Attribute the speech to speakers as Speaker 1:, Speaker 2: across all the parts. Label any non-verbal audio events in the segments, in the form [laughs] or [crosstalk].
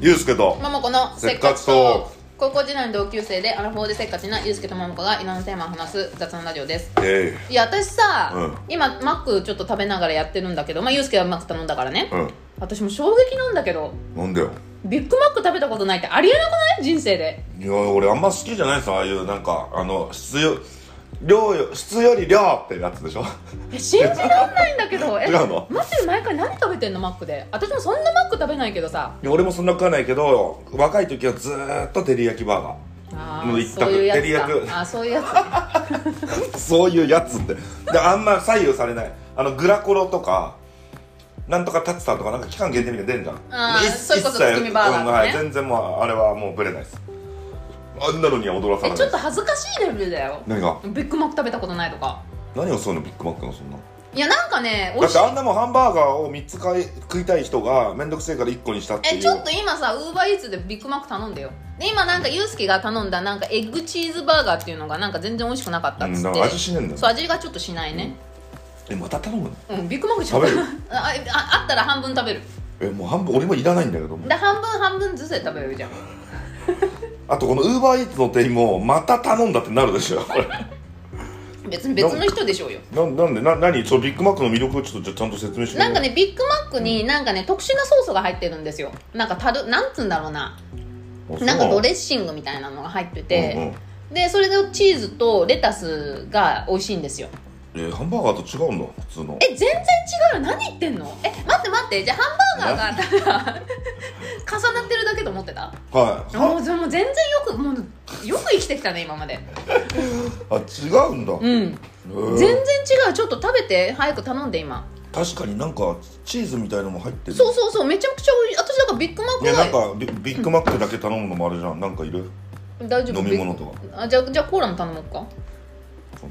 Speaker 1: ゆうすけと
Speaker 2: ママ子の
Speaker 1: せっかちトーク
Speaker 2: 高校時代の同級生でアラフォーでせっかちなゆうすけとママ子がいろんなテーマを話す雑談ラジオです
Speaker 1: え
Speaker 2: いや私さ、
Speaker 1: うん
Speaker 2: 今マックちょっと食べながらやってるんだけどまあゆうすけはマック頼んだからね、
Speaker 1: え
Speaker 2: 私も衝撃なんだけど
Speaker 1: うんなんだよ
Speaker 2: ビッグマック食べたことないってありえなくない人生で
Speaker 1: いや俺あんま好きじゃないですああいうなんかあの質よ量よ質より量ってやつでしょ
Speaker 2: え信じられないんだ
Speaker 1: [laughs]
Speaker 2: けどえ
Speaker 1: 違うの
Speaker 2: マジで毎回何食べてんのマックで私もそんなマック食べないけどさ
Speaker 1: いや俺もそんな食わないけど若い時はずーっと照り焼きバーガ
Speaker 2: あ
Speaker 1: もう
Speaker 2: ー
Speaker 1: 一択
Speaker 2: そういうや
Speaker 1: 照り焼
Speaker 2: つ
Speaker 1: き
Speaker 2: かあーそういうやつ
Speaker 1: ーそういうやつってであんま左右されないあのグラコロとかなんとかタツタとかなんか期間限定みたいなの出るじゃん
Speaker 2: あー
Speaker 1: 一
Speaker 2: それこそ
Speaker 1: 一切
Speaker 2: 月見バーガーとかね
Speaker 1: うんはい、全然もうあれはもうブレないですあんなのには驚かされ
Speaker 2: え
Speaker 1: ない
Speaker 2: ちょっと恥ずかしいレベルだよ
Speaker 1: 何が
Speaker 2: ビッグマック食べたことないとか
Speaker 1: 何がそういうのビッグマックのそんない
Speaker 2: やなんかね美
Speaker 1: だ
Speaker 2: 味
Speaker 1: っ
Speaker 2: してい
Speaker 1: あんなもんハンバーガーを3つ買い食いたい人が面倒くせえから1個にしたっていう
Speaker 2: えちょっと今さウーバーイーツでビッグマック頼んでよで今なんかユースケが頼んだなんかエッグチーズバーガーっていうのがなんか全然美味しくなかったっ
Speaker 1: う
Speaker 2: つ
Speaker 1: ん
Speaker 2: っ
Speaker 1: だ
Speaker 2: て、
Speaker 1: から味しねえんだよ
Speaker 2: そう味がちょっとしないね
Speaker 1: えまた頼むの
Speaker 2: うん、ビッグマックじゃん
Speaker 1: 食べる
Speaker 2: [laughs] あああったら半分食べる
Speaker 1: えもう半分俺もいらないんだけどもう
Speaker 2: で半分半分ずつで食べるじゃん
Speaker 1: あとこのウーバーイーツの店員もまた頼んだってなるでしょ [laughs] これ
Speaker 2: 別に別の人でしょうよ
Speaker 1: なんなんでな何そのビッグマックの魅力をちょっとじゃあちゃんと説明して
Speaker 2: なんかねビッグマックになんかね特殊なソースが入ってるんですよなんかたるなんつうんだろうななんかドレッシングみたいなのが入ってて、
Speaker 1: うんうん
Speaker 2: でそれでチーズとレタスが美味しいんですよ
Speaker 1: えーハンバーガーと違うんだ普通の
Speaker 2: え全然違うよ何言ってんのえ待って待ってじゃあハンバーガーがた [laughs] だ重なってるだけと思ってた
Speaker 1: はい
Speaker 2: もうでも全然よくもうよく生きてきたね今まで
Speaker 1: あ違うんだ、
Speaker 2: う
Speaker 1: へ
Speaker 2: ん
Speaker 1: ー
Speaker 2: 全然違うちょっと食べて早く頼んで今
Speaker 1: 確かになんかチーズみたいのも入ってる
Speaker 2: そうそうそうめちゃくちゃ美味しい私だからビッグマック
Speaker 1: いやなん
Speaker 2: は
Speaker 1: かビビッグマックだけ頼むのもあれじゃんなんかいる
Speaker 2: 大丈夫
Speaker 1: 飲み物とか
Speaker 2: ビッグあじゃあじゃあコーラも頼もうか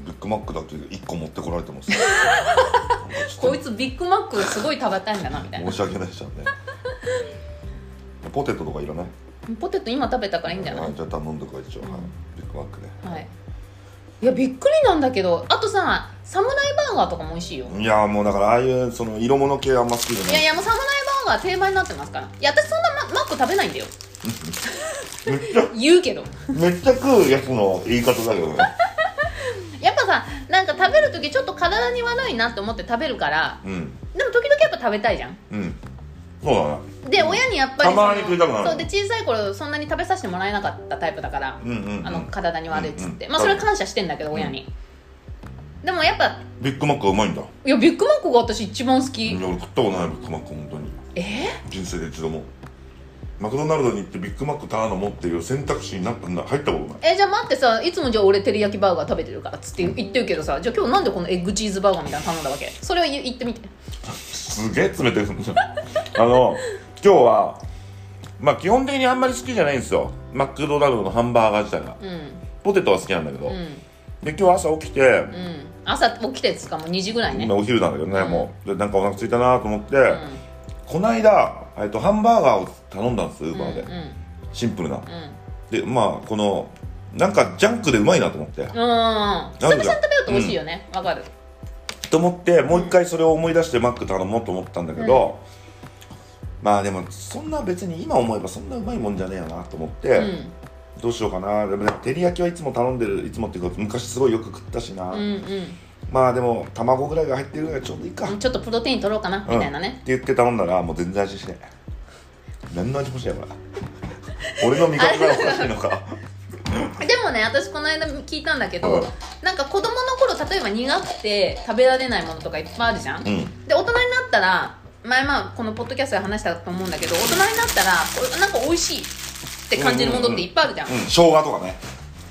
Speaker 1: ビッグマックだけ1個持ってこられてます [laughs]
Speaker 2: こいつビッグマックすごい食べたいんだなみたいな
Speaker 1: 申し訳ないじゃんねポテトとかいらない
Speaker 2: ポテト今食べたからいいんじゃない
Speaker 1: はい、じゃあ頼んでこい一応、はい、ビッグマックね
Speaker 2: はいいやびっくりなんだけどあとさサムライバーガーとかも美味しいよ
Speaker 1: いやもうだからああいうその色物系あんま好きじゃない
Speaker 2: いやいやもうサムライバーガー定番になってますからいや私そんなママック食べないんだよ
Speaker 1: めっちゃ
Speaker 2: 言うけど
Speaker 1: めっちゃ食うやつの言い方だけどね
Speaker 2: やっぱさなんか食べる時ちょっと体に悪いなって思って食べるから
Speaker 1: うん
Speaker 2: でも時々やっぱ食べたいじゃん
Speaker 1: うんそうだね
Speaker 2: で親にやっぱ
Speaker 1: た
Speaker 2: り
Speaker 1: まに
Speaker 2: その
Speaker 1: 食いたくなる
Speaker 2: そうで小さい頃そんなに食べさせてもらえなかったタイプだから、
Speaker 1: うんうん、うん、
Speaker 2: あの体に悪いっつって、
Speaker 1: うんうん
Speaker 2: まあそれは感謝してんだけど親に、でもやっぱ
Speaker 1: ビッグマックはうまいんだ
Speaker 2: いやビッグマックが私一番好
Speaker 1: い
Speaker 2: き、
Speaker 1: や俺食ったことないビッグマック本当に
Speaker 2: え
Speaker 1: 人生で一度もマクドナルドに行ってビッグマック頼むっていう選択肢になったんだ入ったことない
Speaker 2: ーえじゃあ待ってさいつもじゃあ俺照り焼きバーガー食べてるからっつって言ってるけどさじゃあ今日なんでこのエッグチーズバーガーみたいなの頼んだわけそれを言言ってみて
Speaker 1: すげえ冷てるんですよあの今日はまあ基本的にあんまり好きじゃないんですよマクドナルドのハンバーガー自体が
Speaker 2: うん
Speaker 1: ポテトは好きなんだけど、
Speaker 2: うん
Speaker 1: で今日朝起きて、
Speaker 2: うん、朝起きてですかもう2時ぐらいね、
Speaker 1: 今お昼なんだけどね、
Speaker 2: うん
Speaker 1: もうでなんかお腹空いたなと思って、
Speaker 2: うん
Speaker 1: こないだ、えっと、ハンバーガーを頼んだんですウー
Speaker 2: うんう
Speaker 1: バー
Speaker 2: ん
Speaker 1: で、シンプルな
Speaker 2: うん
Speaker 1: でまあこのなんかジャンクでうまいなと思って、
Speaker 2: うん久々に食べると美味しいよねわ、かる
Speaker 1: と思ってもう一回それを思い出してマック頼もうと思ったんだけど、まあでもそんな別に今思えばそんなうまいもんじゃねえよなと思って、
Speaker 2: うん
Speaker 1: どうしようかなでもね照り焼きはいつも頼んでるいつもっていうか昔すごいよく食ったしな、
Speaker 2: うん
Speaker 1: まあでも卵ぐらいが入ってるぐらいがちょうどいいか、
Speaker 2: うん
Speaker 1: っ
Speaker 2: ちょっとプロテイン取ろうかなみたいなね、
Speaker 1: て言って頼んだらもう全然味しない何の味もしないこれ俺の味覚がおかしいのか
Speaker 2: でもね私この間聞いたんだけど、
Speaker 1: うん
Speaker 2: なんか子供の頃例えば苦くて食べられないものとかいっぱいあるじゃん、
Speaker 1: う
Speaker 2: で
Speaker 1: ん
Speaker 2: 大人になったら前まあこのポッドキャストで話したと思うんだけど大人になったらこれなんか美味しいって感じるものっていっぱいあるじゃん、
Speaker 1: うん生姜とかね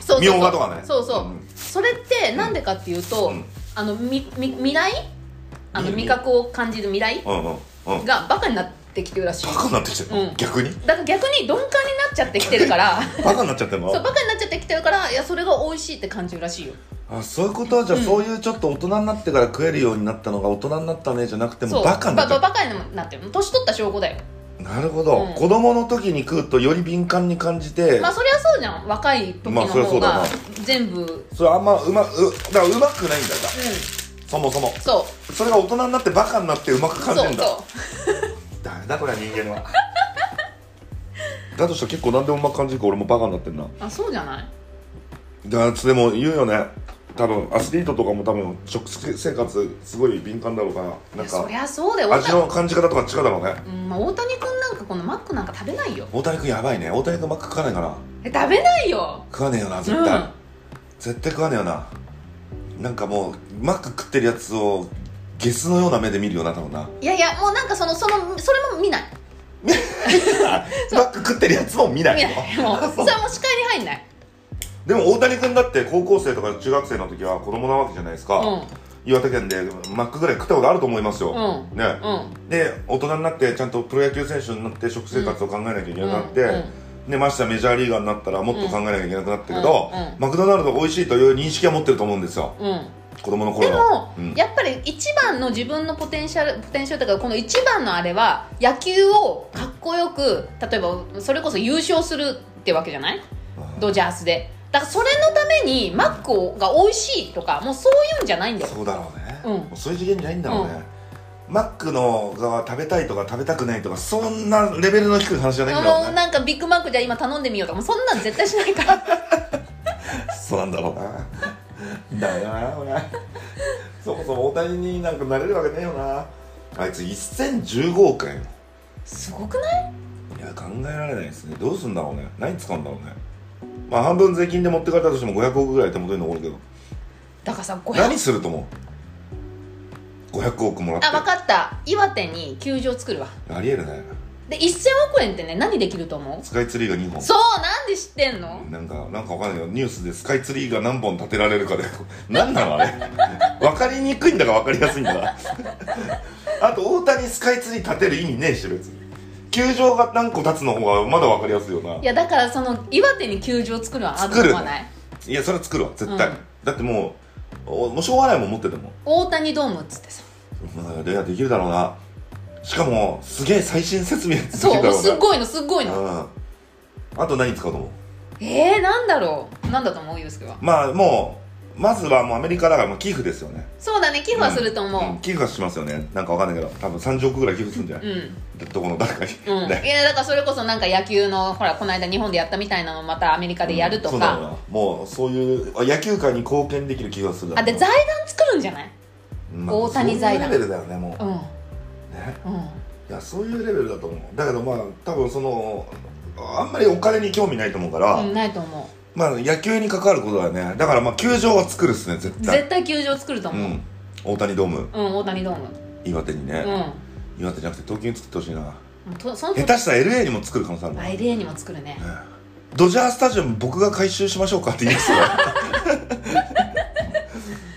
Speaker 2: そうそうそう
Speaker 1: みょうがとかね
Speaker 2: そうそう、
Speaker 1: うん
Speaker 2: それってなんでかっていうと、
Speaker 1: うん
Speaker 2: あのみみ未来あの
Speaker 1: うん
Speaker 2: 味覚を感じる未来
Speaker 1: うんうんうん
Speaker 2: がバカになってきてるらしい
Speaker 1: バカになってきてるの、
Speaker 2: うん
Speaker 1: 逆に
Speaker 2: だから逆に鈍感になっちゃってきてるから
Speaker 1: [laughs] バカになっちゃってるの
Speaker 2: そうバカになっちゃってきてるからいやそれが美味しいって感じるらしいよ
Speaker 1: あそういうことはじゃあ、そういうちょっと大人になってから食えるようになったのが大人になったねじゃなくても
Speaker 2: そう
Speaker 1: バカになっちゃ
Speaker 2: バ
Speaker 1: う
Speaker 2: バカになってる年取った証拠だよ
Speaker 1: なるほど、
Speaker 2: うん
Speaker 1: 子供の時に食うとより敏感に感じて、
Speaker 2: まあそりゃそうじゃん若い時
Speaker 1: ま
Speaker 2: の
Speaker 1: あそりゃそ
Speaker 2: 方
Speaker 1: うだ
Speaker 2: が
Speaker 1: な
Speaker 2: 全部、うん
Speaker 1: それあんまうまうだからうまくないんだじゃあそもそも
Speaker 2: そう
Speaker 1: それが大人になってバカになってうまく
Speaker 2: そ
Speaker 1: 感
Speaker 2: う
Speaker 1: じるんだ
Speaker 2: そ
Speaker 1: ダメだこれは人間はだとしたら結構何でもうまく感じるから俺もバカになってんな
Speaker 2: あそうじゃない
Speaker 1: だからでも言うよね多分アスリートとかも多分食生活すごい敏感だろうからなん
Speaker 2: そ
Speaker 1: か
Speaker 2: りゃそうだよ
Speaker 1: 味の感じ方とか違うだろうね
Speaker 2: うんまあ、大谷君なんかこのマックなんか食べないよ
Speaker 1: 大谷君やばいね大谷君マック食わないかな
Speaker 2: え食べないよ
Speaker 1: 食わねえよな絶対、絶対食わねえよななんかもうマック食ってるやつをゲスのような目で見るよな多分な
Speaker 2: いやいやもうなんかそのそのそれも見ない
Speaker 1: [laughs] マック食ってるやつも見ない
Speaker 2: 見
Speaker 1: よ
Speaker 2: ないもう
Speaker 1: [laughs]
Speaker 2: それも視界に入んない
Speaker 1: でも大谷君だって高校生とか中学生の時は子供なわけじゃないですか、
Speaker 2: う
Speaker 1: 岩手県でマックぐらい食ったことあると思いますよ、
Speaker 2: んうん
Speaker 1: ね、
Speaker 2: うん
Speaker 1: で大人になってちゃんとプロ野球選手になって食生活を考えなきゃいけなくなって、
Speaker 2: うんうん
Speaker 1: でましてやメジャーリーガーになったらもっと考えなきゃいけなくなったけど、
Speaker 2: うんうん
Speaker 1: マクドナルドが美味しいという認識は持ってると思うんですよ
Speaker 2: うん
Speaker 1: 子供の
Speaker 2: で
Speaker 1: 頃の
Speaker 2: も、
Speaker 1: うん
Speaker 2: やっぱり一番の自分のポテンシャルポテンシャルというかこの一番のあれは野球をかっこよく例えばそれこそ優勝するってわけじゃないドジャースでだからそれのためにマックが美味しいとかもうそういうんじゃないんだよ
Speaker 1: そうだろうね、
Speaker 2: うん
Speaker 1: もうそういう次元じゃないんだろうね、マックの側食べたいとか食べたくないとかそんなレベルの低い話じゃないんだろう
Speaker 2: もう
Speaker 1: ね
Speaker 2: なんかビッグマックじゃあ今頼んでみようとかもうそんなん絶対しないから
Speaker 1: そうなんだろうな [laughs] だよな俺そもそも大谷になんかなれるわけねえよなあいつ1015億円
Speaker 2: すごくない
Speaker 1: いや考えられないですねどうすんだろうね何使うんだろうねまあ半分税金で持ってかれたとしても500億ぐらい手元に残る [laughs] けど
Speaker 2: だからさ500
Speaker 1: 何すると思う500億もらって
Speaker 2: あ分かった岩手に球場作るわ
Speaker 1: ありえるね
Speaker 2: で1000億円ってね何できると思う
Speaker 1: スカイツリーが2本
Speaker 2: そうなんで知ってんの
Speaker 1: なんかなんかわかんないけどニュースでスカイツリーが何本建てられるかで [laughs] 何なのあれ [laughs] 分かりにくいんだか分かりやすいんだか [laughs] あと大谷スカイツリー建てる意味ねえし別に球場が何個建つの方がまだ分かりやすいよない
Speaker 2: やだからその岩手に球場作るはあると思わない
Speaker 1: いやそれは作るわ絶対、
Speaker 2: うん
Speaker 1: だってもうおもうしょうがないもん持ってても
Speaker 2: 大谷ドームっつってさ
Speaker 1: まあ、レアできるだろうなしかもすげえ最新設備できる
Speaker 2: そう
Speaker 1: だ
Speaker 2: もう
Speaker 1: ろう
Speaker 2: すっ
Speaker 1: な
Speaker 2: ごいのすっごいの
Speaker 1: うん、あと何使うと思う
Speaker 2: えー、なんだろうなんだと思うユースケは
Speaker 1: まあもうまずはもうアメリカだからもう寄付ですよね
Speaker 2: そうだね寄付はすると
Speaker 1: うん
Speaker 2: 思
Speaker 1: 寄付はしますよねなんかわかんないけど多分30億ぐらい寄付するんじゃな
Speaker 2: う
Speaker 1: い、
Speaker 2: うん
Speaker 1: どこの誰かに、
Speaker 2: うん、
Speaker 1: ね
Speaker 2: いやだからそれこそなんか野球のほらこの間日本でやったみたいなのをまたアメリカでやると
Speaker 1: そうだろう
Speaker 2: か、
Speaker 1: なもうそういうあ野球界に貢献できる寄付はするだろ
Speaker 2: あ
Speaker 1: う
Speaker 2: で財団作るんじゃない
Speaker 1: うん
Speaker 2: 大谷財団
Speaker 1: そういうレベルだよねも
Speaker 2: うん
Speaker 1: うね
Speaker 2: うん
Speaker 1: いやそういうレベルだと思うだけどまあ多分そのあんまりお金に興味ないと思うから、
Speaker 2: うん、ないと思
Speaker 1: まあ野球に関わることだよねだからまあ球場は作るっすね絶
Speaker 2: う
Speaker 1: 対
Speaker 2: 絶対球場作ると
Speaker 1: う
Speaker 2: 思う、
Speaker 1: ん大谷ドーム
Speaker 2: うん、大谷ドーム
Speaker 1: 岩手に
Speaker 2: うん
Speaker 1: ね、
Speaker 2: も
Speaker 1: 岩手じゃなくて東京に作ってほしいな
Speaker 2: うとその
Speaker 1: 下手したら LA にも作る可能性あるな
Speaker 2: LA にも作るね
Speaker 1: ドジャースタジアム僕が回収しましょうかって言います
Speaker 2: [laughs]
Speaker 1: よ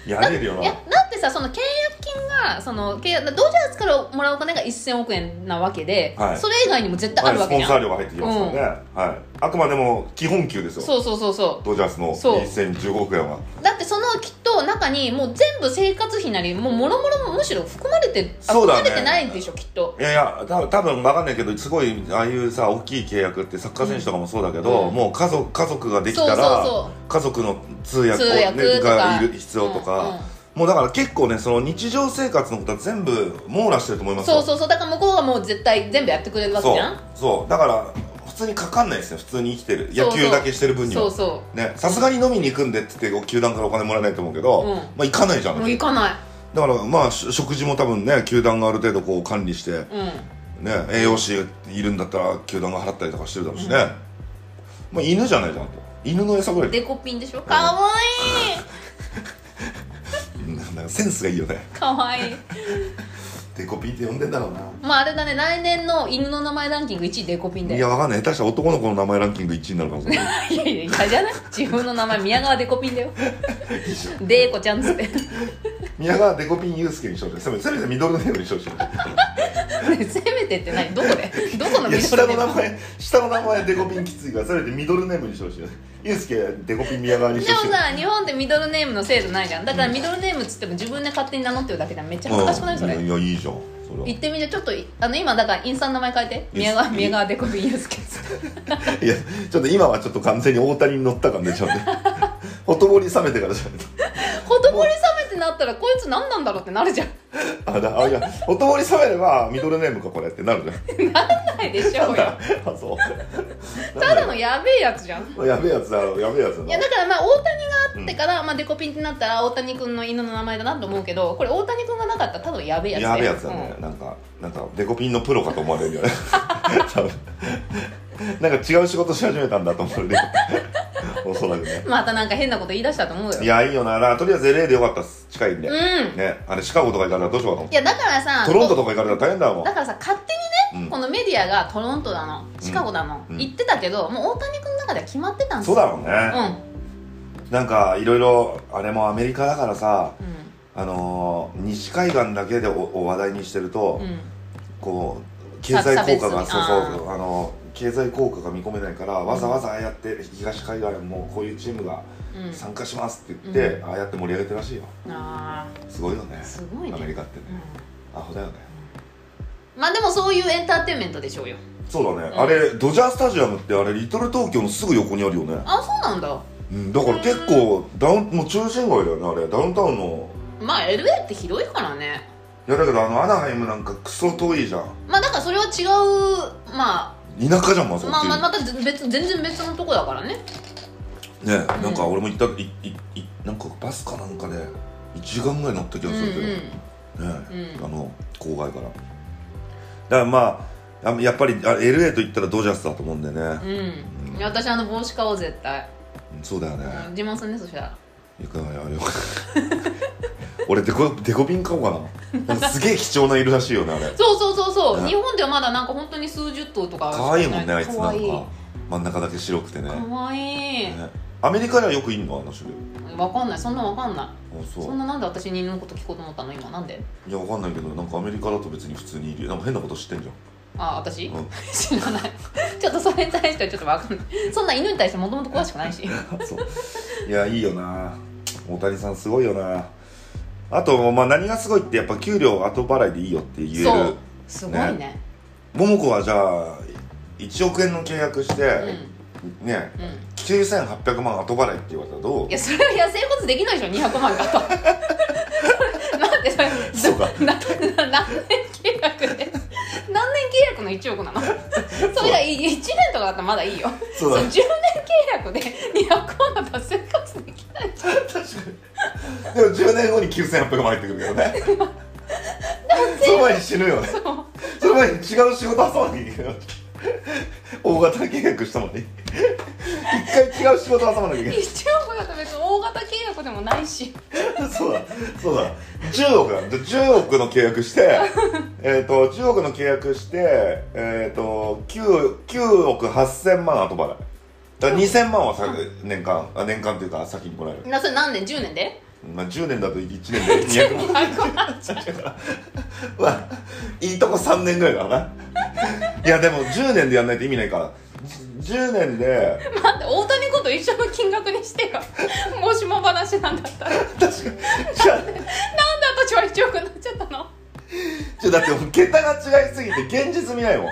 Speaker 1: やれるよ
Speaker 2: い
Speaker 1: な
Speaker 2: やだってさその契約金がその契約ドジャースからもらうお金が1000億円なわけで、
Speaker 1: はい
Speaker 2: それ以外にも絶対ある
Speaker 1: はい
Speaker 2: わ
Speaker 1: ス
Speaker 2: け
Speaker 1: ポ
Speaker 2: じ
Speaker 1: ン
Speaker 2: ゃん、
Speaker 1: サー料が入ってきますからね、はい、あくまでも基本給ですよ
Speaker 2: そうそうそうそ
Speaker 1: ドジャースの
Speaker 2: そう
Speaker 1: 1015億円は
Speaker 2: うだってそのきっと中にもう全部生活費なりもうもろもろむしろ含まれてあ
Speaker 1: そうだね
Speaker 2: 含まれてないでしょきっと
Speaker 1: いやいや多分多分分かんないけどすごいああいうさ大きい契約ってサッカー選手とかもそうだけど、
Speaker 2: うん
Speaker 1: もう家族家族ができた
Speaker 2: そうそ
Speaker 1: ら
Speaker 2: うそ
Speaker 1: 家族の通訳を
Speaker 2: 通訳とか
Speaker 1: がいる必要とか、
Speaker 2: うんうん
Speaker 1: もうだから結構ねその日常生活のことは全部網羅してると思いうます
Speaker 2: そ
Speaker 1: う
Speaker 2: うそうそうだから向こうがもう絶対全部やってくれるわけ
Speaker 1: そう
Speaker 2: じゃん
Speaker 1: そうだから普通にかかんないですよ普通に生きてる
Speaker 2: そう
Speaker 1: 野球だけしてる分には
Speaker 2: そうそ
Speaker 1: ねさすがに飲みに行くんでって言って球団からお金もらえないと思うけど、
Speaker 2: うん
Speaker 1: まあ行かないじゃ
Speaker 2: うんもう行かない
Speaker 1: だからまあし食事も多分ね球団がある程度こう管理して
Speaker 2: う
Speaker 1: ね栄養士いるんだったら球団が払ったりとかしてるだろうしね、まあ犬じゃないじゃんと犬の餌ぐら
Speaker 2: ん
Speaker 1: い
Speaker 2: デコピンでしょかわい
Speaker 1: うんなんかセンスがいいよね
Speaker 2: いかわいい
Speaker 1: デコピーって呼んでんだろうな
Speaker 2: まああれだね来年の犬の名前ランキング1位デコピンだ
Speaker 1: い
Speaker 2: よ
Speaker 1: やわかんない下手したら男の子の名前ランキング1位になるかもし [laughs] れない
Speaker 2: いやいや嫌じゃない自分の名前宮川デコピンだよ
Speaker 1: いいじゃん
Speaker 2: デーコちゃんっつって、ね、
Speaker 1: 宮川デコピンユースケにしようぜせめせめてミドルネームにしようぜ
Speaker 2: せめてって何どこでどこの
Speaker 1: いや
Speaker 2: ミド
Speaker 1: 下
Speaker 2: ル
Speaker 1: の
Speaker 2: ネ
Speaker 1: 名
Speaker 2: ーム
Speaker 1: 前下の名前デコピンきついからせめてミドルネームにしようしユースケデコピン宮川にし
Speaker 2: で
Speaker 1: よ
Speaker 2: も
Speaker 1: うし
Speaker 2: さ日本ってミドルネームの制度ないじゃんだからミドルネームっつっても自分で勝手に名乗ってるだけじゃんめっちゃ恥ずかしくないそれ
Speaker 1: うんいやいやいいじゃんそれは
Speaker 2: 言ってみてちょっとあの今だからインスタの名前変えて宮川宮川デコピンユースケっつって
Speaker 1: いやちょっと今はちょっと完全に大谷に乗った感出ちゃ
Speaker 2: [laughs]
Speaker 1: うねほとぼり冷めてからじゃないと
Speaker 2: ほとぼり冷めてなったらこいつ何なんだ [laughs] ろうってなるじゃん [laughs]
Speaker 1: あだあいやおとぼり冷めればミドルネームかこれってなるじゃん
Speaker 2: ないでしょうよ
Speaker 1: あそう
Speaker 2: ただのやべえやつじゃん
Speaker 1: やべえやつだろやべえやつだ
Speaker 2: い
Speaker 1: な
Speaker 2: やだからまあ大谷があってから、まあ、デコピンってなったら大谷君の犬の名前だなと思うけどこれ大谷君がなかったらただのやべえやつ
Speaker 1: やべえやつだね、なんかなんかデコピンのプロかと思われる
Speaker 2: [laughs]
Speaker 1: よね多分なんか違う仕事し始めたんだと思うねおそらくね
Speaker 2: うんまたなんか変なこと言い出したと思うよ
Speaker 1: いやいいよなとりあえず LA でよかったっす近いんで、
Speaker 2: うん
Speaker 1: ねあれシカゴとか行かれたらどうしようかと思っ
Speaker 2: いやだからさ
Speaker 1: てトロントとか行かれたら大変だもん
Speaker 2: だからさ勝手にね、
Speaker 1: うん
Speaker 2: このメディアがトロントだのシカゴだの、
Speaker 1: うん
Speaker 2: 言ってたけどもう大谷君の中では決まってたんです
Speaker 1: そうだろうね、
Speaker 2: うん
Speaker 1: なんかいろいろあれもアメリカだからさ
Speaker 2: うん
Speaker 1: あのー西海岸だけでおお話題にしてると、
Speaker 2: うん
Speaker 1: こう経済効果が
Speaker 2: 差
Speaker 1: そう
Speaker 2: 別に
Speaker 1: そうあの経済効果が見込めないからわざわざああやって東海岸もこういうチームが
Speaker 2: うん
Speaker 1: 参加しますって言って、
Speaker 2: う
Speaker 1: ああやって盛り上げてるらしいよ
Speaker 2: あ
Speaker 1: すごいよね
Speaker 2: ーすごいね
Speaker 1: アメリカってね
Speaker 2: う
Speaker 1: アホだよね
Speaker 2: んまあでもそういうエンターテインメントでしょうよ
Speaker 1: そうだね、
Speaker 2: うん
Speaker 1: あれドジャースタジアムってあれリトル東京のすぐ横にあるよね、
Speaker 2: あそうなんだ
Speaker 1: うん、だから結構ダウンもう中心街だよねあれダウンタウンの
Speaker 2: まあ LA って広いからね
Speaker 1: いやだけどあのアナハイムなんかクソ遠いじゃん
Speaker 2: まあだからそれは違うま
Speaker 1: 田舎じゃんま
Speaker 2: あ
Speaker 1: ず
Speaker 2: まあまあまた別全然別のとこだからね
Speaker 1: ねなんか俺も行ったいいいなんかバスかなんかで1時間ぐらい乗った気
Speaker 2: う
Speaker 1: が
Speaker 2: んう
Speaker 1: するけど、ね
Speaker 2: んうん
Speaker 1: あの郊外からだからまああやっぱりあ LA と言ったらドジャースだと思うんでね、
Speaker 2: うんいや私あの帽子買おう絶対
Speaker 1: うんそうだよね、
Speaker 2: うん自慢すんねそしたら
Speaker 1: よくないあれよ [laughs] 俺デコデコピン買おうかななんかすげえ貴重な色らしいよねあれ
Speaker 2: そうそうそうそう、
Speaker 1: ね
Speaker 2: 日本ではまだなんか本当に数十頭とか
Speaker 1: 可愛いもんねあいつな
Speaker 2: 可
Speaker 1: ん
Speaker 2: 愛い
Speaker 1: か真ん中だけ白くてね
Speaker 2: 可愛い
Speaker 1: ねアメリカではよくいんのあの種類
Speaker 2: わかんないそんなわかんな
Speaker 1: あ
Speaker 2: い
Speaker 1: そう
Speaker 2: そんななんで私に犬のこと聞こうと思ったの今なんで
Speaker 1: いやわかんないけどなんかアメリカだと別に普通にいるよなんか変なこと知ってんじゃん
Speaker 2: あ私、
Speaker 1: うん
Speaker 2: [laughs] 知らないちょっとそれに対してはちょっとわかんないそんな犬に対してもともと詳しくないし
Speaker 1: そういやいいよな大谷さんすごいよなあと、まあ、何がすごいってやっぱ給料後払いでいいよって言
Speaker 2: そ
Speaker 1: え
Speaker 2: う
Speaker 1: る
Speaker 2: すごいね
Speaker 1: 桃子はじゃあ1億円の契約して、
Speaker 2: うん
Speaker 1: ね
Speaker 2: うん
Speaker 1: 9800万後払いって言われたらどう
Speaker 2: いやそれは痩せることでき [laughs] ないでしょ200万買ったなんでそれ
Speaker 1: そうか
Speaker 2: なな何年契約で何年契約の1億なのそれがい1年とかだったらまだいいよ
Speaker 1: そうだ
Speaker 2: 10年契約で200万だったら生活できないじゃん
Speaker 1: 確かにでも10年後に9800万入ってくるけどねその前に死ぬよね
Speaker 2: そう
Speaker 1: その前に違う仕事挟まなきゃいけない大型契約したのに一回違う仕事挟まなきゃいけない
Speaker 2: 1億だったら別に大型契約でもないし
Speaker 1: そうだそうだ10億だじゃ10億の契約してえっと10億の契約してえっ、と 9, 9億8000万後払いだから2000万はさ年間あ年間っていうか先にもらえる、
Speaker 2: なそれ何年10年で
Speaker 1: まあ、10年だと1年で200万
Speaker 2: [laughs] 200万じゃん
Speaker 1: まあいいとこ3年ぐらいだないやでも10年でやんないと意味ないからじ10年で
Speaker 2: 待って大谷君と一緒の金額にしてよもしも話なんだったらなんで
Speaker 1: 確かにじゃあ
Speaker 2: 私は1億になっちゃったの
Speaker 1: ちょだってもう桁が違いすぎて現実見ないもん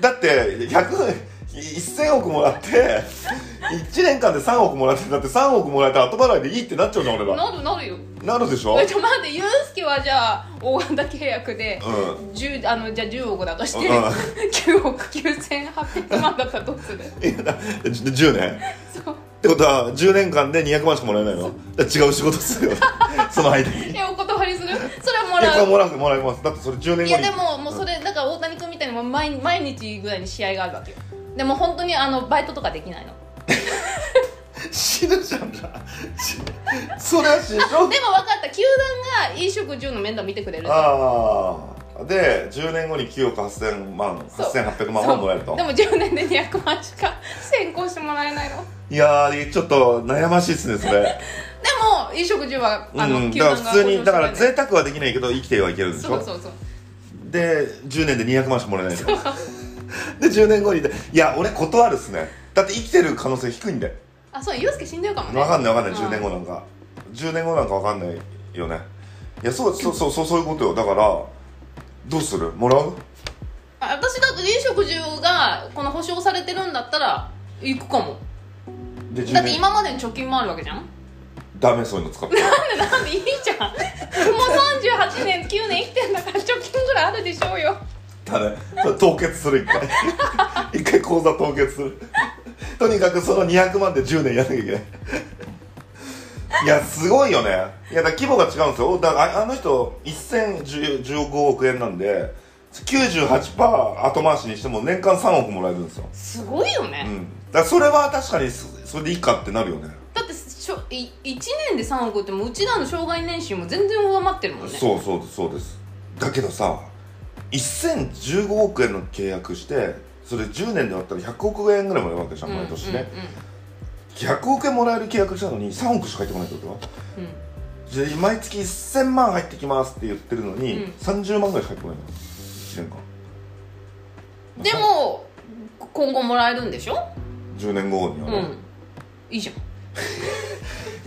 Speaker 1: だって100 1000億もらって1年間で3億もらってだって3億もらえたら後払いでいいってなっちゃうじゃん俺ら
Speaker 2: なるなるよ
Speaker 1: なるでしょ
Speaker 2: えっと待ってユースケはじゃあ大型契約で、
Speaker 1: う
Speaker 2: 10あのじゃあ10億だとして、
Speaker 1: うん
Speaker 2: 9億9800万だったらどうする
Speaker 1: いやだ10年
Speaker 2: そう
Speaker 1: ってことは10年間で200万しかもらえないのだから違う仕事するよ [laughs] その間に
Speaker 2: えお断りするそれはも
Speaker 1: 結
Speaker 2: ら
Speaker 1: 婚
Speaker 2: う
Speaker 1: もらうもらえますだってそれ10年後に
Speaker 2: いやでももうそれだから大谷君みたいにもう毎毎日ぐらいに試合があるわけよでも本当にあのバイトとかできないの
Speaker 1: 死ぬじゃんじゃあそれは死ぬ
Speaker 2: [laughs] でも分かった球団が飲食住の面倒見てくれる
Speaker 1: ああで10年後に9億8000万
Speaker 2: そう
Speaker 1: 8800万はもらえる
Speaker 2: そう
Speaker 1: と
Speaker 2: でも10年で200万しか先行してもらえないので
Speaker 1: いやーちょっと悩ましいですねそれ
Speaker 2: も飲食住は [laughs] あの、
Speaker 1: うん
Speaker 2: 球
Speaker 1: だから
Speaker 2: 団が
Speaker 1: 普通にだから
Speaker 2: 全
Speaker 1: 贅沢はできないけど生きてはいけるでしょ
Speaker 2: そうそうそう
Speaker 1: で10年で200万しかもらえないので10年後にでいや俺断るっすねだって生きてる可能性低いんで
Speaker 2: あそうユースケ死んでるかもね
Speaker 1: 分かんない分かんない
Speaker 2: うん
Speaker 1: 10年後なんか10年後なんか分かんないよねいやそうそうそうそうそういうことよだからどうするもらう
Speaker 2: あ私だと飲食住がこの保証されてるんだったら行くかも
Speaker 1: で10
Speaker 2: だって
Speaker 1: 年
Speaker 2: 今までの貯金もあるわけじゃん [laughs]
Speaker 1: ダメそういうの使って
Speaker 2: なんでいいじゃんもう38年9年生きてんだから貯金ぐらいあるでしょうよ
Speaker 1: ただそれ [laughs] 凍結する一回 [laughs] 一回口座凍結する [laughs] とにかくその200万で10年やらなきゃいけないいやすごいよねいやだから規模が違うんですよだからああの人1015億円なんで98%後回しにしても年間3億もらえるんですよ、
Speaker 2: すごいよね、
Speaker 1: うん、だからそれは確かにそそれでいいかってなるよね
Speaker 2: だってしょい1年で3億ってもううちらの障害年収も全然上回ってるもんね
Speaker 1: そうそうですそうですだけどさ1015億円の契約してそれ10年で割ったら100億円ぐらいもらえるわけじゃん毎年ね、100億円もらえる契約したのに3億しか入ってこないってことは
Speaker 2: うんうんうんうん
Speaker 1: じゃあ毎月1000万入ってきますって言ってるのに、
Speaker 2: うん
Speaker 1: 30万ぐらいしか入ってこないの1年間
Speaker 2: でも今後もらえるんでしょ
Speaker 1: 10年後には
Speaker 2: う
Speaker 1: ね、
Speaker 2: んいいじゃん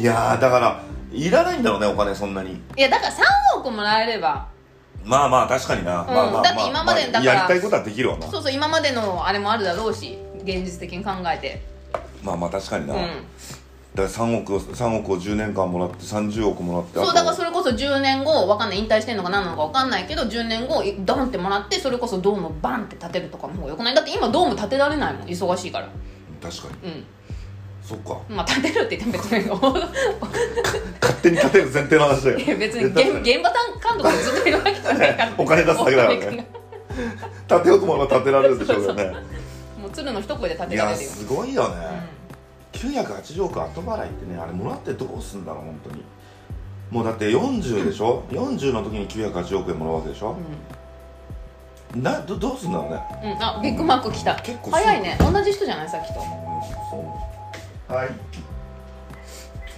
Speaker 1: いやーだからいらないんだろうねお金そんなに
Speaker 2: いやだから3億もらえれば
Speaker 1: まあまあ確かにな、
Speaker 2: ん
Speaker 1: まあまあ
Speaker 2: だって今まで
Speaker 1: あ
Speaker 2: だから
Speaker 1: やりたいことはできるわな
Speaker 2: そうそう今までのあれもあるだろうし現実的に考えて
Speaker 1: まあまあ確かにな、
Speaker 2: う
Speaker 1: だか
Speaker 2: ん
Speaker 1: ら3億を3億を10年間もらって30億もらってあ
Speaker 2: そう
Speaker 1: と
Speaker 2: だからそれこそ10年後わかんない引退してんのか何なのかわかんないけど10年後いドンってもらってそれこそドームバンって建てるとかの方がよくないだって今ドーム建てられないもん忙しいから
Speaker 1: 確かに
Speaker 2: うん
Speaker 1: そっか
Speaker 2: まあ建てるって言っても別に [laughs]
Speaker 1: 勝手に建てる前提の話だよ
Speaker 2: いや [laughs] 別に
Speaker 1: いや確か
Speaker 2: 現現場監督がずっといるわけじゃないから
Speaker 1: お金出すだけだからね
Speaker 2: お金が
Speaker 1: 建てようと思えば建てられるでしょうよね
Speaker 2: [laughs] もう鶴の一声で建
Speaker 1: い
Speaker 2: てら
Speaker 1: や
Speaker 2: れるよ
Speaker 1: すごいよね、
Speaker 2: う
Speaker 1: 980億後払いってねあれもらってどうすんだろう本当にもうだって40でしょ40の時に980億円もらうわけでしょ
Speaker 2: ん、
Speaker 1: などどうすんだろうね
Speaker 2: うんうん、あビッグマック来た
Speaker 1: 結構すぐ
Speaker 2: 早いね同じ人じゃないさっきと、
Speaker 1: そうはい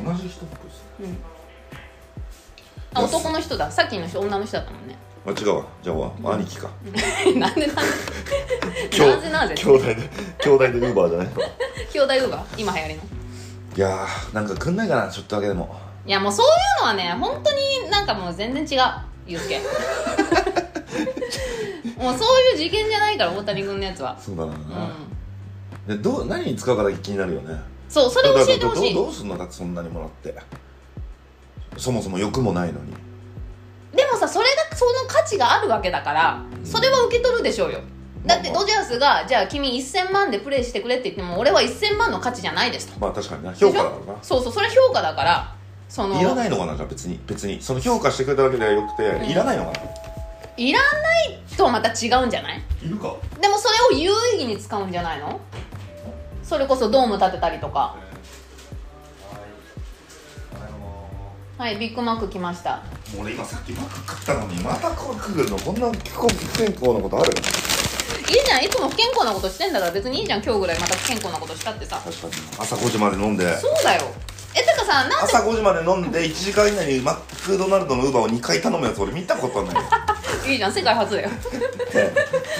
Speaker 1: 同じ人っぽいですね
Speaker 2: うん、あ男の人ださっきの人女の人だったもんね
Speaker 1: あ違うわじゃあわ、兄貴か
Speaker 2: [laughs] なんでなんで
Speaker 1: 兄
Speaker 2: なぜな
Speaker 1: [laughs]
Speaker 2: ぜ
Speaker 1: 兄弟で兄弟でウーバーじゃないの
Speaker 2: 兄弟ウーバー今流行りの
Speaker 1: いやーなんかくんないかなちょっとだけでも
Speaker 2: いやもうそういうのはね本当になんかもう全然違うゆ
Speaker 1: [laughs]
Speaker 2: うすけもうそういう事件じゃないから大谷君のやつは
Speaker 1: そうだな、
Speaker 2: うん
Speaker 1: でどう何に使うかだけ気になるよね
Speaker 2: そうそれ教えてほしい
Speaker 1: どうどうすんのだってそんなにもらってそもそも欲もないのに
Speaker 2: でもさそれがその価値があるわけだからそれは受け取るでしょうよだって
Speaker 1: まあまあ
Speaker 2: ドジャースがじゃあ君1000万でプレーしてくれって言っても俺は1000万の価値じゃないですと
Speaker 1: まあ確かにな評価だから
Speaker 2: そうそうそれ評価だからその
Speaker 1: ないらないのかなじゃあ別に別にその評価してくれたわけではよくて、
Speaker 2: ん
Speaker 1: いらないのかない
Speaker 2: らないとはまた違うんじゃない
Speaker 1: いるか
Speaker 2: でもそれを有意義に使うんじゃないのそれこそドーム建てたりとかはいビッグマック来ました
Speaker 1: 俺今さっきマック食ったのにまたこう来るのこんな不幸不健康なことある
Speaker 2: いいじゃんいつも不健康なことしてんだから別にいいじゃん今日ぐらいまた不健康なことしたってさ
Speaker 1: 確かに朝5時まで飲んで
Speaker 2: そうだよえてかさなんで
Speaker 1: 朝5時まで飲んで1時間以内にマクドナルドのウーバーを2回頼むやつ俺見たことないよ
Speaker 2: いいじゃん世界初だよ [laughs]
Speaker 1: え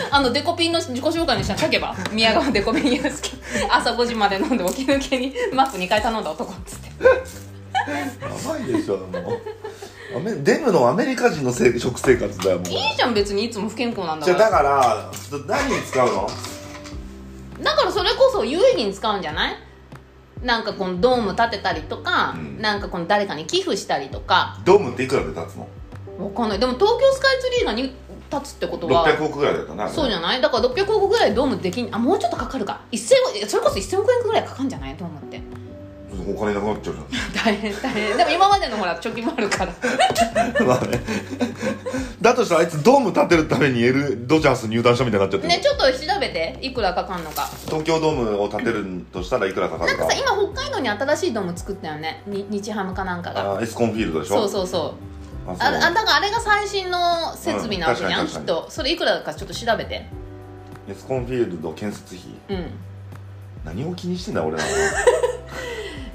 Speaker 2: あのデコピンの自己紹介にしたら書けば宮川デコピン祐介朝5時まで飲んで起き抜けにマック2回頼んだ男っつって
Speaker 1: えやばいでしょもうアメデムのアメリカ人のせい食生活だよもう
Speaker 2: いいじゃん別にいつも不健康なんだ
Speaker 1: じ
Speaker 2: か
Speaker 1: ゃあだ
Speaker 2: ら
Speaker 1: からちょっと何に使うの
Speaker 2: だからそれこそ有意義に使うんじゃないなんかこのドーム建てたりとか、
Speaker 1: うん
Speaker 2: なんかこの誰かに寄付したりとか
Speaker 1: ドームっていくらで建つの
Speaker 2: わかんないでも東京スカイツリーがに立つってことは
Speaker 1: 600億ぐらいだったなあれ
Speaker 2: そうじゃないだから600億ぐらいドームできんあもうちょっとかかるか1000億いやそれこそ1000億円ぐらいかかるんじゃないドームって [laughs]
Speaker 1: お金なくなっちゃうじゃん
Speaker 2: 大変大変でも今までのほら貯金もあ
Speaker 1: [laughs]
Speaker 2: るから
Speaker 1: まあね。だとしたらあいつドーム建てるために L ドジャース入団したみたいになっちゃってる、
Speaker 2: ねちょっと調べていくらかかんのか
Speaker 1: 東京ドームを建てるとしたらいくらかか
Speaker 2: な
Speaker 1: る
Speaker 2: ん
Speaker 1: か
Speaker 2: かさ今北海道に新しいドーム作ったよねに日ハムかなんかが
Speaker 1: あエスコンフィールドでしょ
Speaker 2: そうそうそう
Speaker 1: あ
Speaker 2: あ
Speaker 1: そう
Speaker 2: あだからあれが最新の設備なわけじゃん、
Speaker 1: うん確かに
Speaker 2: きっ
Speaker 1: 確かに
Speaker 2: とそれいくらかちょっと調べて
Speaker 1: エスコンフィールド建設費
Speaker 2: うん
Speaker 1: 何を気にしてんだ俺ら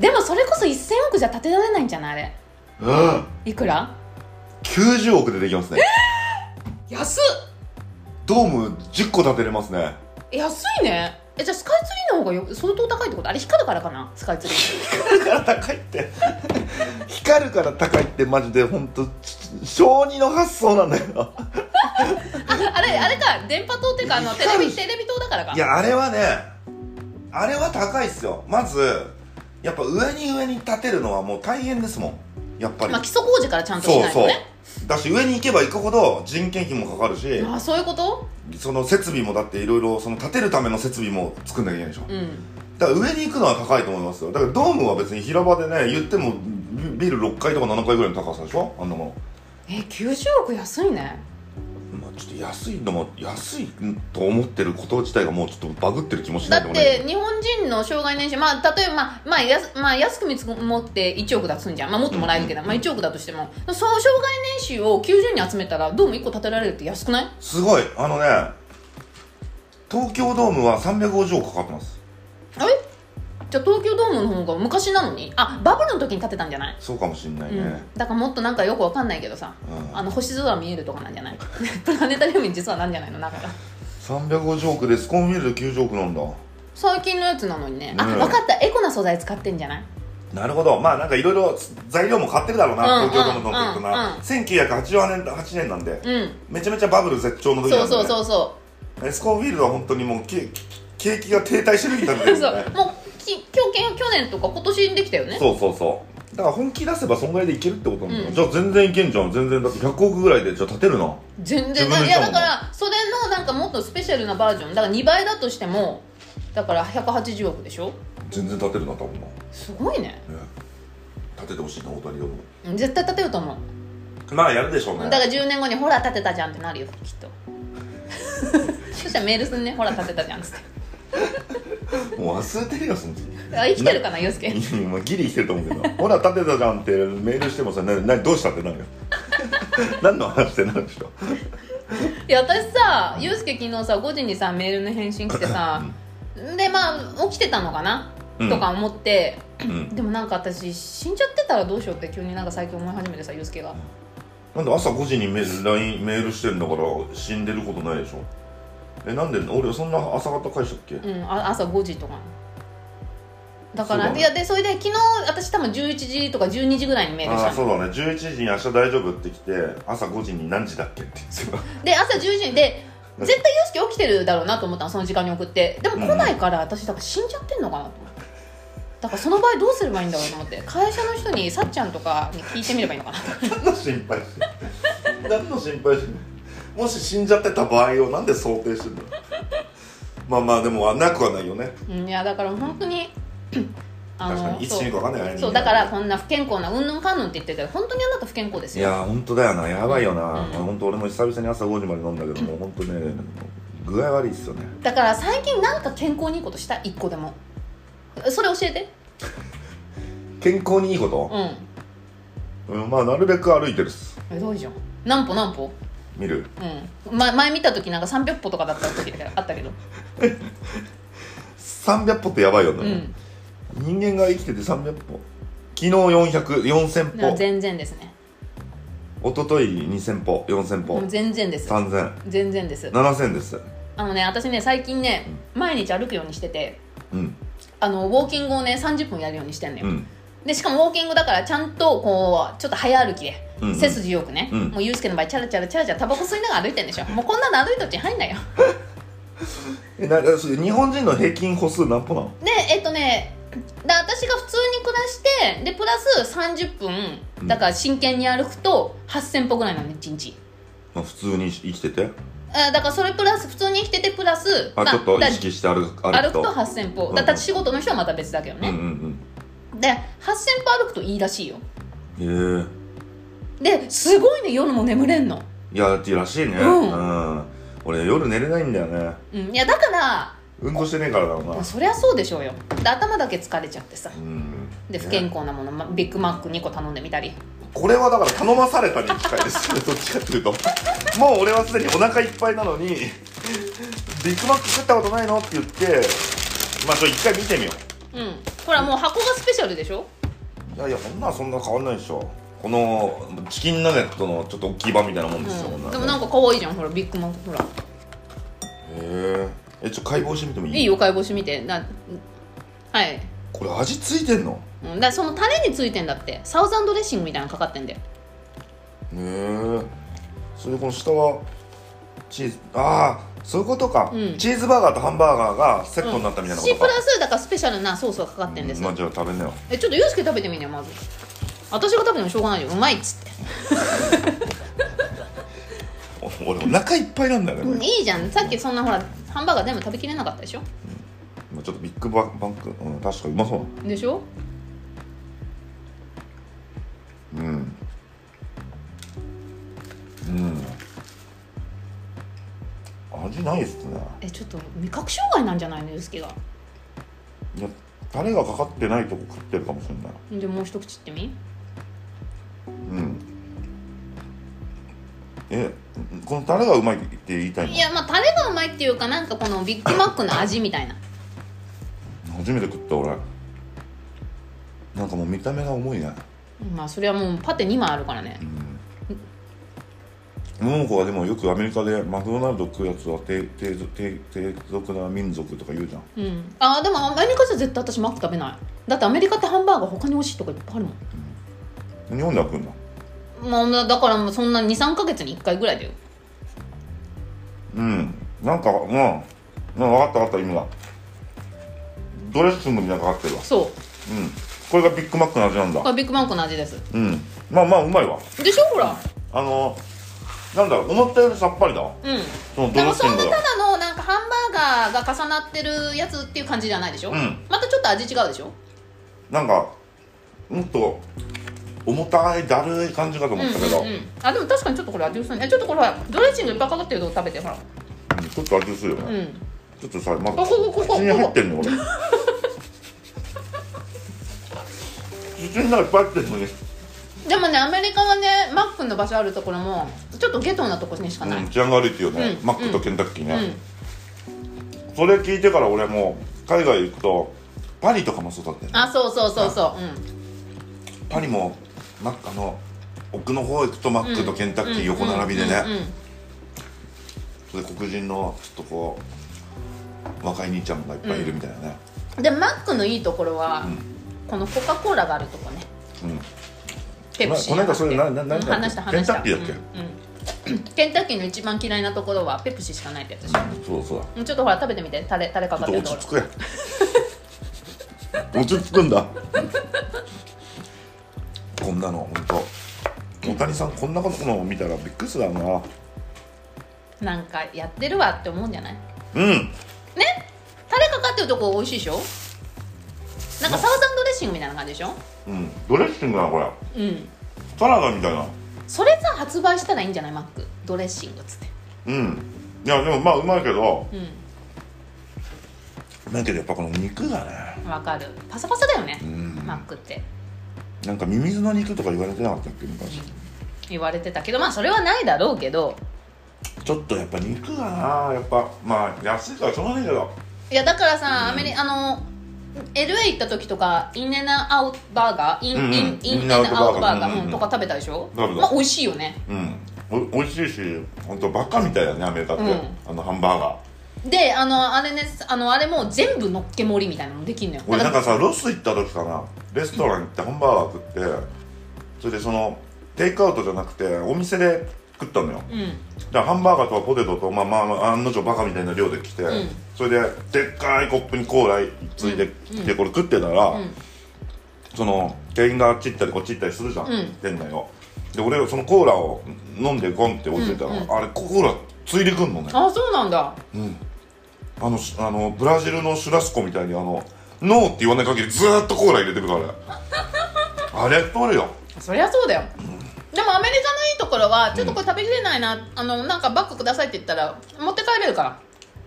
Speaker 2: でもそれこそ1000億じゃ建てられないんじゃないあれ
Speaker 1: はうん
Speaker 2: いくら
Speaker 1: 90億でできますね
Speaker 2: 安
Speaker 1: ドーム10個建てれますね
Speaker 2: っ安いねえじゃあスカイツリーの方がよ相当高いってことあれ光るからかなスカイツリー
Speaker 1: 光るから高いって [laughs] 光るから高いってマジで本当小児の発想なんだよ
Speaker 2: [laughs] ああれあれか電波塔っていうかあのテレ
Speaker 1: 光
Speaker 2: ビ
Speaker 1: る
Speaker 2: テレビ塔だからか
Speaker 1: いやあれはねあれは高いっすよまずやっぱ上に上に立てるのはもう大変ですもんやっぱり、
Speaker 2: まあ、基礎工事からちゃんとし
Speaker 1: そう
Speaker 2: ないと
Speaker 1: そう
Speaker 2: ね
Speaker 1: だし上に行けば行くほど人件費もかかるし
Speaker 2: あそういうこと
Speaker 1: その設備もだっていろいろその建てるための設備も作んなきゃいけないでしょ
Speaker 2: うん
Speaker 1: だから上に行くのは高いと思いますよだからドームは別に平場でね言ってもビビル6階とか7階ぐらいの高さでしょあんなもの
Speaker 2: え90億安いね
Speaker 1: まあ、ちょっと安いのも安いと思ってること自体がもうちょっとバグってる気もしな
Speaker 2: だ
Speaker 1: いで
Speaker 2: っ
Speaker 1: もない
Speaker 2: て日本人の障害年収まあ例えば、まあまあ、安まあ安く見積もって1億出すんじゃん、まあ、もっともらえるけど、まあ、1億だとしてもそう障害年収を90に集めたらドーム1個建てられるって安くない
Speaker 1: すごいあのね東京ドームは350億かかってます
Speaker 2: あれじゃあ東京ドームの方が昔なのにあバブルの時に建てたんじゃない、
Speaker 1: そうかもしんないね、
Speaker 2: うん、だからもっとなんかよくわかんないけどさ、
Speaker 1: うん
Speaker 2: あの星空見えるとかなんじゃない [laughs] プラネタリウムに実はなんじゃないのだから
Speaker 1: 350億ですこう見ると90億なんだ
Speaker 2: 最近のやつなのにね、あ
Speaker 1: ねえ
Speaker 2: 分かったエコな素材使ってんじゃない
Speaker 1: なるほどまあなんかいろいろ材料も買ってるだろうな、
Speaker 2: うん
Speaker 1: 東京ドームの時とな、
Speaker 2: うんうん
Speaker 1: 1988年8年なんで、
Speaker 2: うん
Speaker 1: めちゃめちゃバブル絶頂の時
Speaker 2: そ
Speaker 1: な
Speaker 2: うん
Speaker 1: で、ね、
Speaker 2: そうそうそう
Speaker 1: エスコンフィールドは本当にもうけ景気が停滞してるみたいになってるん
Speaker 2: そ
Speaker 1: だね
Speaker 2: う、もうき去年去年とか今年にできたよね。
Speaker 1: そうそうそうだから本気出せばそんぐらいでいけるってことなんだよ、
Speaker 2: うん
Speaker 1: じゃあ全然いけんじゃん全然だって100億ぐらいでじゃあ立てるな
Speaker 2: 全
Speaker 1: 自
Speaker 2: 然
Speaker 1: 分で
Speaker 2: いや
Speaker 1: 言ったもん
Speaker 2: だか
Speaker 1: な
Speaker 2: らそれのなんかもっとスペシャルなバージョンだから2倍だとしてもだから180億でしょ
Speaker 1: 全然立てるな多分な、ね、
Speaker 2: すごいね
Speaker 1: 立ててほしいな大谷ドーム
Speaker 2: 絶対立てると思う、
Speaker 1: まあやるでしょうね
Speaker 2: だから10年後にほら立てたじゃんってなるよきっと [laughs] そしたらメールすんねほら立てたじゃんっつって
Speaker 1: もう忘れてるよその時 [laughs]
Speaker 2: あ生きてるかなユうスケ
Speaker 1: まあギリ生きてると思うけどほら立てたじゃんってメールしてもさななどうしたってなるよ [laughs] 何の話ってなるでしょ
Speaker 2: いや私さユうスケ昨日さ5時にさメールの返信来てさでまあ起きてたのかな、
Speaker 1: うん
Speaker 2: とか思って
Speaker 1: うん
Speaker 2: でもなんか私死んじゃってたらどうしようって急になんか最近思い始めてさユうスケが
Speaker 1: なんで朝5時にメール LINE メールしてんだから死んでることないでしょえなんで俺そんな朝方返したっけ、
Speaker 2: うんあ朝5時とかだから
Speaker 1: そうだね
Speaker 2: いやでそれで昨日私多分11時とか12時ぐらいにメールし
Speaker 1: ああ
Speaker 2: た
Speaker 1: そ
Speaker 2: の
Speaker 1: うだね11時に明日大丈夫って来て朝5時に何時だっけって言って
Speaker 2: で朝10時にで絶対ユうスケ起きてるだろうなと思ったのその時間に送ってでも来ないから私だから死んじゃってんのかなと思ってだからその場合どうすればいいんだろうと思って会社の人にさっちゃんとかに聞いてみればいいの
Speaker 1: [laughs]
Speaker 2: かな
Speaker 1: 何の心配してんの [laughs] 何の心配してんのもし死んじゃってた場合をなんで想定してんの [laughs] まあまあでもなくはないよね
Speaker 2: うんいやだから本当にあ
Speaker 1: 確かにいつ死ぬか分かんないよね
Speaker 2: そうだからこんな不健康なうんぬんかんぬんって言ってるけど本当にあなた不健康です
Speaker 1: い
Speaker 2: よ
Speaker 1: やー本当だよなやばいよな、
Speaker 2: うん
Speaker 1: 本当俺も久々に朝5時まで飲んだけどもう本当ね具合悪いっすよね
Speaker 2: だから最近なんか健康にいいことした一個でもそれ教えて
Speaker 1: 健康にいいこ
Speaker 2: う
Speaker 1: と、
Speaker 2: ん
Speaker 1: うん、まあなるべく歩いてるっす
Speaker 2: えどういいじゃん何歩何歩
Speaker 1: 見る
Speaker 2: うん、ま、前見た時なんか300歩とかだった時だけどあったけど
Speaker 1: 300歩ってやばいよ
Speaker 2: う
Speaker 1: ね、
Speaker 2: ん
Speaker 1: 人間が生きてて300歩昨日400、4000歩。
Speaker 2: 全然ですね
Speaker 1: 一昨日2000歩4000歩
Speaker 2: もう全然です
Speaker 1: 3000
Speaker 2: 全然です
Speaker 1: 7000です
Speaker 2: あのね私ね最近ね毎日歩くようにしてて
Speaker 1: うん
Speaker 2: あのウォーキングをね30分やるようにしてんのよ、
Speaker 1: うん
Speaker 2: でしかもウォーキングだからちゃんとこうちょっと早歩きで、
Speaker 1: うんうん
Speaker 2: 背筋よくね、
Speaker 1: うん
Speaker 2: もうユうスケの場合チャラチャラチャラチャラタバコ吸いながら歩いてんでしょもうこんなの歩いとっちゃ入んないよ
Speaker 1: えななそれ日本人の平均歩数何歩なの
Speaker 2: でえっとねだ私が普通に暮らしてでプラス30
Speaker 1: うん
Speaker 2: 分だから真剣に歩くと8000歩ぐらいなの1日
Speaker 1: まあ普通に生きてて
Speaker 2: あだからそれプラス普通に生きててプラス
Speaker 1: あ
Speaker 2: だ
Speaker 1: ちょっと意
Speaker 2: だ
Speaker 1: 識して歩く
Speaker 2: 歩
Speaker 1: 歩
Speaker 2: く
Speaker 1: く
Speaker 2: と
Speaker 1: と
Speaker 2: 8000歩
Speaker 1: うん
Speaker 2: だから仕事の人はまた別だけど
Speaker 1: うん
Speaker 2: ね、で8000歩歩くといいらしいよ
Speaker 1: うんうんへ
Speaker 2: ですごいね夜も眠れんの、
Speaker 1: えいやってらしいね
Speaker 2: うん
Speaker 1: うん俺夜寝れないんだよね
Speaker 2: うん、いやだから
Speaker 1: 運動してねえからだろうな
Speaker 2: そりゃそうでしょうよで頭だけ疲れちゃってさ
Speaker 1: うん
Speaker 2: で不
Speaker 1: ね
Speaker 2: 健康なもの、まビッグマック2個頼んでみたり
Speaker 1: これはだから頼まされたに近いですよ [laughs] ねどっちかっていうともう俺はすでにお腹いっぱいなのにビッグマック食ったことないのって言ってまあちょっと一回見てみよう
Speaker 2: うんほらもう箱がスペシャルでしょ
Speaker 1: いやいやこんなんそんな変わんないでしょこのチキンナゲットのちょっと大きい版みたいなもんですよ、こん
Speaker 2: うん、
Speaker 1: な
Speaker 2: で
Speaker 1: の
Speaker 2: も
Speaker 1: ね
Speaker 2: なんか可愛いじゃんほらビッグマックほら
Speaker 1: へええちょっと解剖してみてもいい
Speaker 2: いいよ解剖してみてなはい、
Speaker 1: これ味ついてんの
Speaker 2: うん、だからそのタレについてんだってサウザンドレッシングみたいなのかかってんだよ
Speaker 1: へえそれでこの下はチーズああそういうことか、
Speaker 2: うん
Speaker 1: チーズバーガーとハンバーガーがセットになったみたいなこと
Speaker 2: シプ
Speaker 1: か、
Speaker 2: ラスだからスペシャルなソースがかかってんです、
Speaker 1: まあじゃあ食べなよ
Speaker 2: えちょっとユースケ食べてみんよまず私が食べてもしょうがないようまいっつって
Speaker 1: 俺お腹いっぱいなんだよねこれ、
Speaker 2: いいじゃんさっきそんなほらハンバーガー全部食べきれなかったでしょ
Speaker 1: まあちょっとビッグバンバンク、うん、確かにうまそう
Speaker 2: でしょ
Speaker 1: うんうん味ないっすね
Speaker 2: えちょっと味覚障害なんじゃないのユースケが
Speaker 1: いやタレがかかってないとこ食ってるかもしれない
Speaker 2: でもう一口いってみ
Speaker 1: うんえこのタレがうまいって言いたいの
Speaker 2: いやまあタレがうまいっていうかなんかこのビッグマックの味みたいな
Speaker 1: 初めて食った俺なんかもう見た目が重いな
Speaker 2: まあそれはもうパテ2枚あるからね
Speaker 1: 桃子はでもよくアメリカでマクドナルド食うやつは低低低低俗な民族とか言うじゃん
Speaker 2: うんあーでもアメリカじゃ絶対私マック食べないだってアメリカってハンバーガー他に美味しいとかいっぱいあるもん
Speaker 1: 日本では食うんだ
Speaker 2: まあ、だからもうそんな23か月に1回ぐらいだよ
Speaker 1: うんなんかうんうん分かった分かった意味がドレッシングみたいなのかかってるわ
Speaker 2: そ
Speaker 1: うんこれがビッグマックの味なん
Speaker 2: うこ
Speaker 1: だ
Speaker 2: れビッグマンクの味です
Speaker 1: うんまあまあうまいわ
Speaker 2: でしょほら
Speaker 1: あのなんだろう思ったよりさっぱりだわ
Speaker 2: うん
Speaker 1: そのド
Speaker 2: で
Speaker 1: レ
Speaker 2: も
Speaker 1: ッシ
Speaker 2: そ
Speaker 1: ン
Speaker 2: んな
Speaker 1: グ
Speaker 2: た
Speaker 1: が
Speaker 2: だのなんかハンバーガーが重なってるやつっていう感じじゃないでしょ、
Speaker 1: うん
Speaker 2: またちょっと味違うでしょ
Speaker 1: なんかもっと重たいだるい感じかと
Speaker 2: うん
Speaker 1: 思
Speaker 2: う
Speaker 1: ったけど、うん
Speaker 2: んうんあでも確かにちょっとこれ味薄いねえちょっとこれほらドレッシングいっぱいかかってるとこ食べてほら
Speaker 1: ちょっと味薄いよね、
Speaker 2: うん
Speaker 1: ちょっとさまだ
Speaker 2: あここここ
Speaker 1: 口に入ってんの俺口の中いっぱい入ってんのに
Speaker 2: でもねアメリカはねマックの場所あるところもちょっとゲトなとこにしかない、
Speaker 1: う
Speaker 2: うんん
Speaker 1: 治安が悪いっていうね、
Speaker 2: うん
Speaker 1: マックとケンタッキーね、それ聞いてから俺もう海外行くとパリとかもそうだったよね
Speaker 2: あそうそうそうそう、うん、
Speaker 1: パリもマックあの奥の方行くとマックとケンタッキー横並びでね、
Speaker 2: うんうんうんうん
Speaker 1: それで黒人のちょっとこう若い兄ちゃんがいっぱいいるみたいなね、
Speaker 2: うんでマックのいいところは、
Speaker 1: ん
Speaker 2: このコカ・コーラがあるとこね
Speaker 1: うん
Speaker 2: ペプシ
Speaker 1: この間
Speaker 2: ー
Speaker 1: それななな
Speaker 2: うん話した話した
Speaker 1: ケンタッキーだっ
Speaker 2: うんうんケンタッキーの一番嫌いなところはペプシーしかないってやつでしょ、
Speaker 1: そうそうだ
Speaker 2: うんちょっとほら食べてみてタレタレかかっ
Speaker 1: ち
Speaker 2: て
Speaker 1: ょっ
Speaker 2: る
Speaker 1: と
Speaker 2: とこ
Speaker 1: 落
Speaker 2: ろ
Speaker 1: ち着くや落ち着くんだ [laughs] こんなの本当大谷さんこんなことの見たらびっくりするだろ
Speaker 2: なんかやってるわって思うんじゃないう
Speaker 1: なうん
Speaker 2: ねタレかかってるとこ美味しいでしょなんかサウザンドレッシングみたいな感じでしょ
Speaker 1: うんドレッシングだなこれ
Speaker 2: うん
Speaker 1: サラダみたいな
Speaker 2: それさ発売したらいいんじゃないマックドレッシングっつって
Speaker 1: うんいやでもまあうまいけど
Speaker 2: う
Speaker 1: うまいけどやっぱこの肉がね
Speaker 2: んわかるパサパサだよね、
Speaker 1: ん
Speaker 2: マックって
Speaker 1: なんかミミズの肉とか言われてなかったっけ昔
Speaker 2: 言われてたけどまあそれはないだろうけど
Speaker 1: ちょっとやっぱ肉がなやっぱまあ安いからしょうがないけど
Speaker 2: いやだからさ、アメリあの LA 行った時とかインエナアウトバーガーイン,、
Speaker 1: うん
Speaker 2: インインエナアウトバーガー
Speaker 1: うんうん
Speaker 2: うんとか食べたでしょ、
Speaker 1: 食べた
Speaker 2: まあ美味しいよね
Speaker 1: うんお美味しいし本当バカみたいだねアメリカって、
Speaker 2: うん
Speaker 1: あのハンバーガー
Speaker 2: であのあれねあのあれも全部のっけ盛りみたいなのもできんのよ
Speaker 1: 俺なん
Speaker 2: だ
Speaker 1: か
Speaker 2: か
Speaker 1: さロス行った時かなレストラン行ってハンバーガー食ってそれでそのテイクアウトじゃなくてお店で食ったのよ
Speaker 2: らうん
Speaker 1: だからハンバーガーとポテトとまあまあまあ案の定バカみたいな量で来て、
Speaker 2: ん
Speaker 1: それででっかいコップにコーラついできてこれ食ってたら、
Speaker 2: ん
Speaker 1: その店員があっち行ったりこっち行ったりするじゃん、
Speaker 2: うん
Speaker 1: 店内をで俺そのコーラを飲んでゴンって置いてたら、
Speaker 2: うんう
Speaker 1: あれコーラついでくんのね
Speaker 2: あそうなんだ
Speaker 1: あのあのブラジルのシュラスコみたいにあのノーって言わない限りずーっとコーラ入れてくからあれ取るよ
Speaker 2: そりゃそうだよ、でもアメリカのいいところはちょっとこれ食べきれないな、あのなんかバッグくださいって言ったら持って帰れるか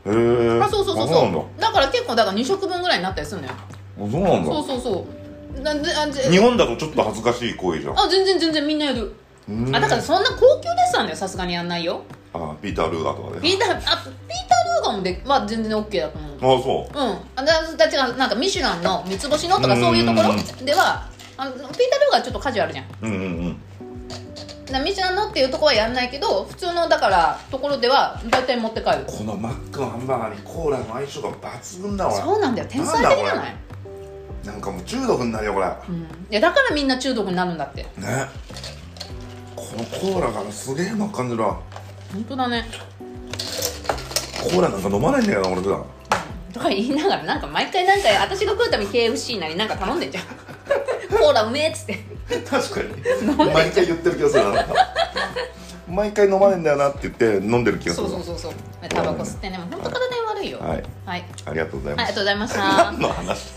Speaker 2: ら
Speaker 1: へえ
Speaker 2: あそうそうそ
Speaker 1: そう
Speaker 2: うそ
Speaker 1: なんだ
Speaker 2: うだから結構だから2食分ぐらいになったりするのよ
Speaker 1: あそうなん
Speaker 2: そう
Speaker 1: だ
Speaker 2: そうそうなであ
Speaker 1: 日
Speaker 2: ぜ
Speaker 1: 本だとちょっと恥ずかしい行為じゃん
Speaker 2: あ全然全然みんなやる
Speaker 1: うん
Speaker 2: あだからそんな高級レストランだよさすがにやんないよ
Speaker 1: あピーター・ルーガーとかね
Speaker 2: ピーターあピーター・ルーガンもでは全然 OK だと思
Speaker 1: あ
Speaker 2: う
Speaker 1: そ
Speaker 2: うんあだだってなんかミシュランの三つ星のとかそういうところではあのピーター・ルーガンはちょっとカジュアルじゃん
Speaker 1: ううんうんうん
Speaker 2: だからミシュランのっていうところはやんないけど普通のだからところでは大体持って帰る
Speaker 1: このマックのハンバーガーにコーラの相性が抜群だ
Speaker 2: そ
Speaker 1: わ
Speaker 2: うなんだよ天才的じ
Speaker 1: な
Speaker 2: ゃ
Speaker 1: ん
Speaker 2: な
Speaker 1: だ
Speaker 2: い、
Speaker 1: なんかもう中毒になるよこれ
Speaker 2: うん、いやだからみんな中毒になるんだって
Speaker 1: ねこのコーラがすげえうまく感じるわ
Speaker 2: 本当だね
Speaker 1: コーラなんか飲まないんだよな俺普段
Speaker 2: とか言いながらなんか毎回なんか私が食うために KFC なりなんか頼んでんじ
Speaker 1: [laughs]
Speaker 2: ゃんコーラうめえっつって
Speaker 1: 確かに毎回言ってる気がするな毎回飲まねえんだよなって言って飲んでる気がす
Speaker 2: そ
Speaker 1: る
Speaker 2: うそうそうそうタバコ吸ってねもう本当体に悪いよ
Speaker 1: はい
Speaker 2: はい、はい、
Speaker 1: ありがとうござい
Speaker 2: あり
Speaker 1: ま
Speaker 2: が
Speaker 1: す
Speaker 2: とうございました
Speaker 1: 何の話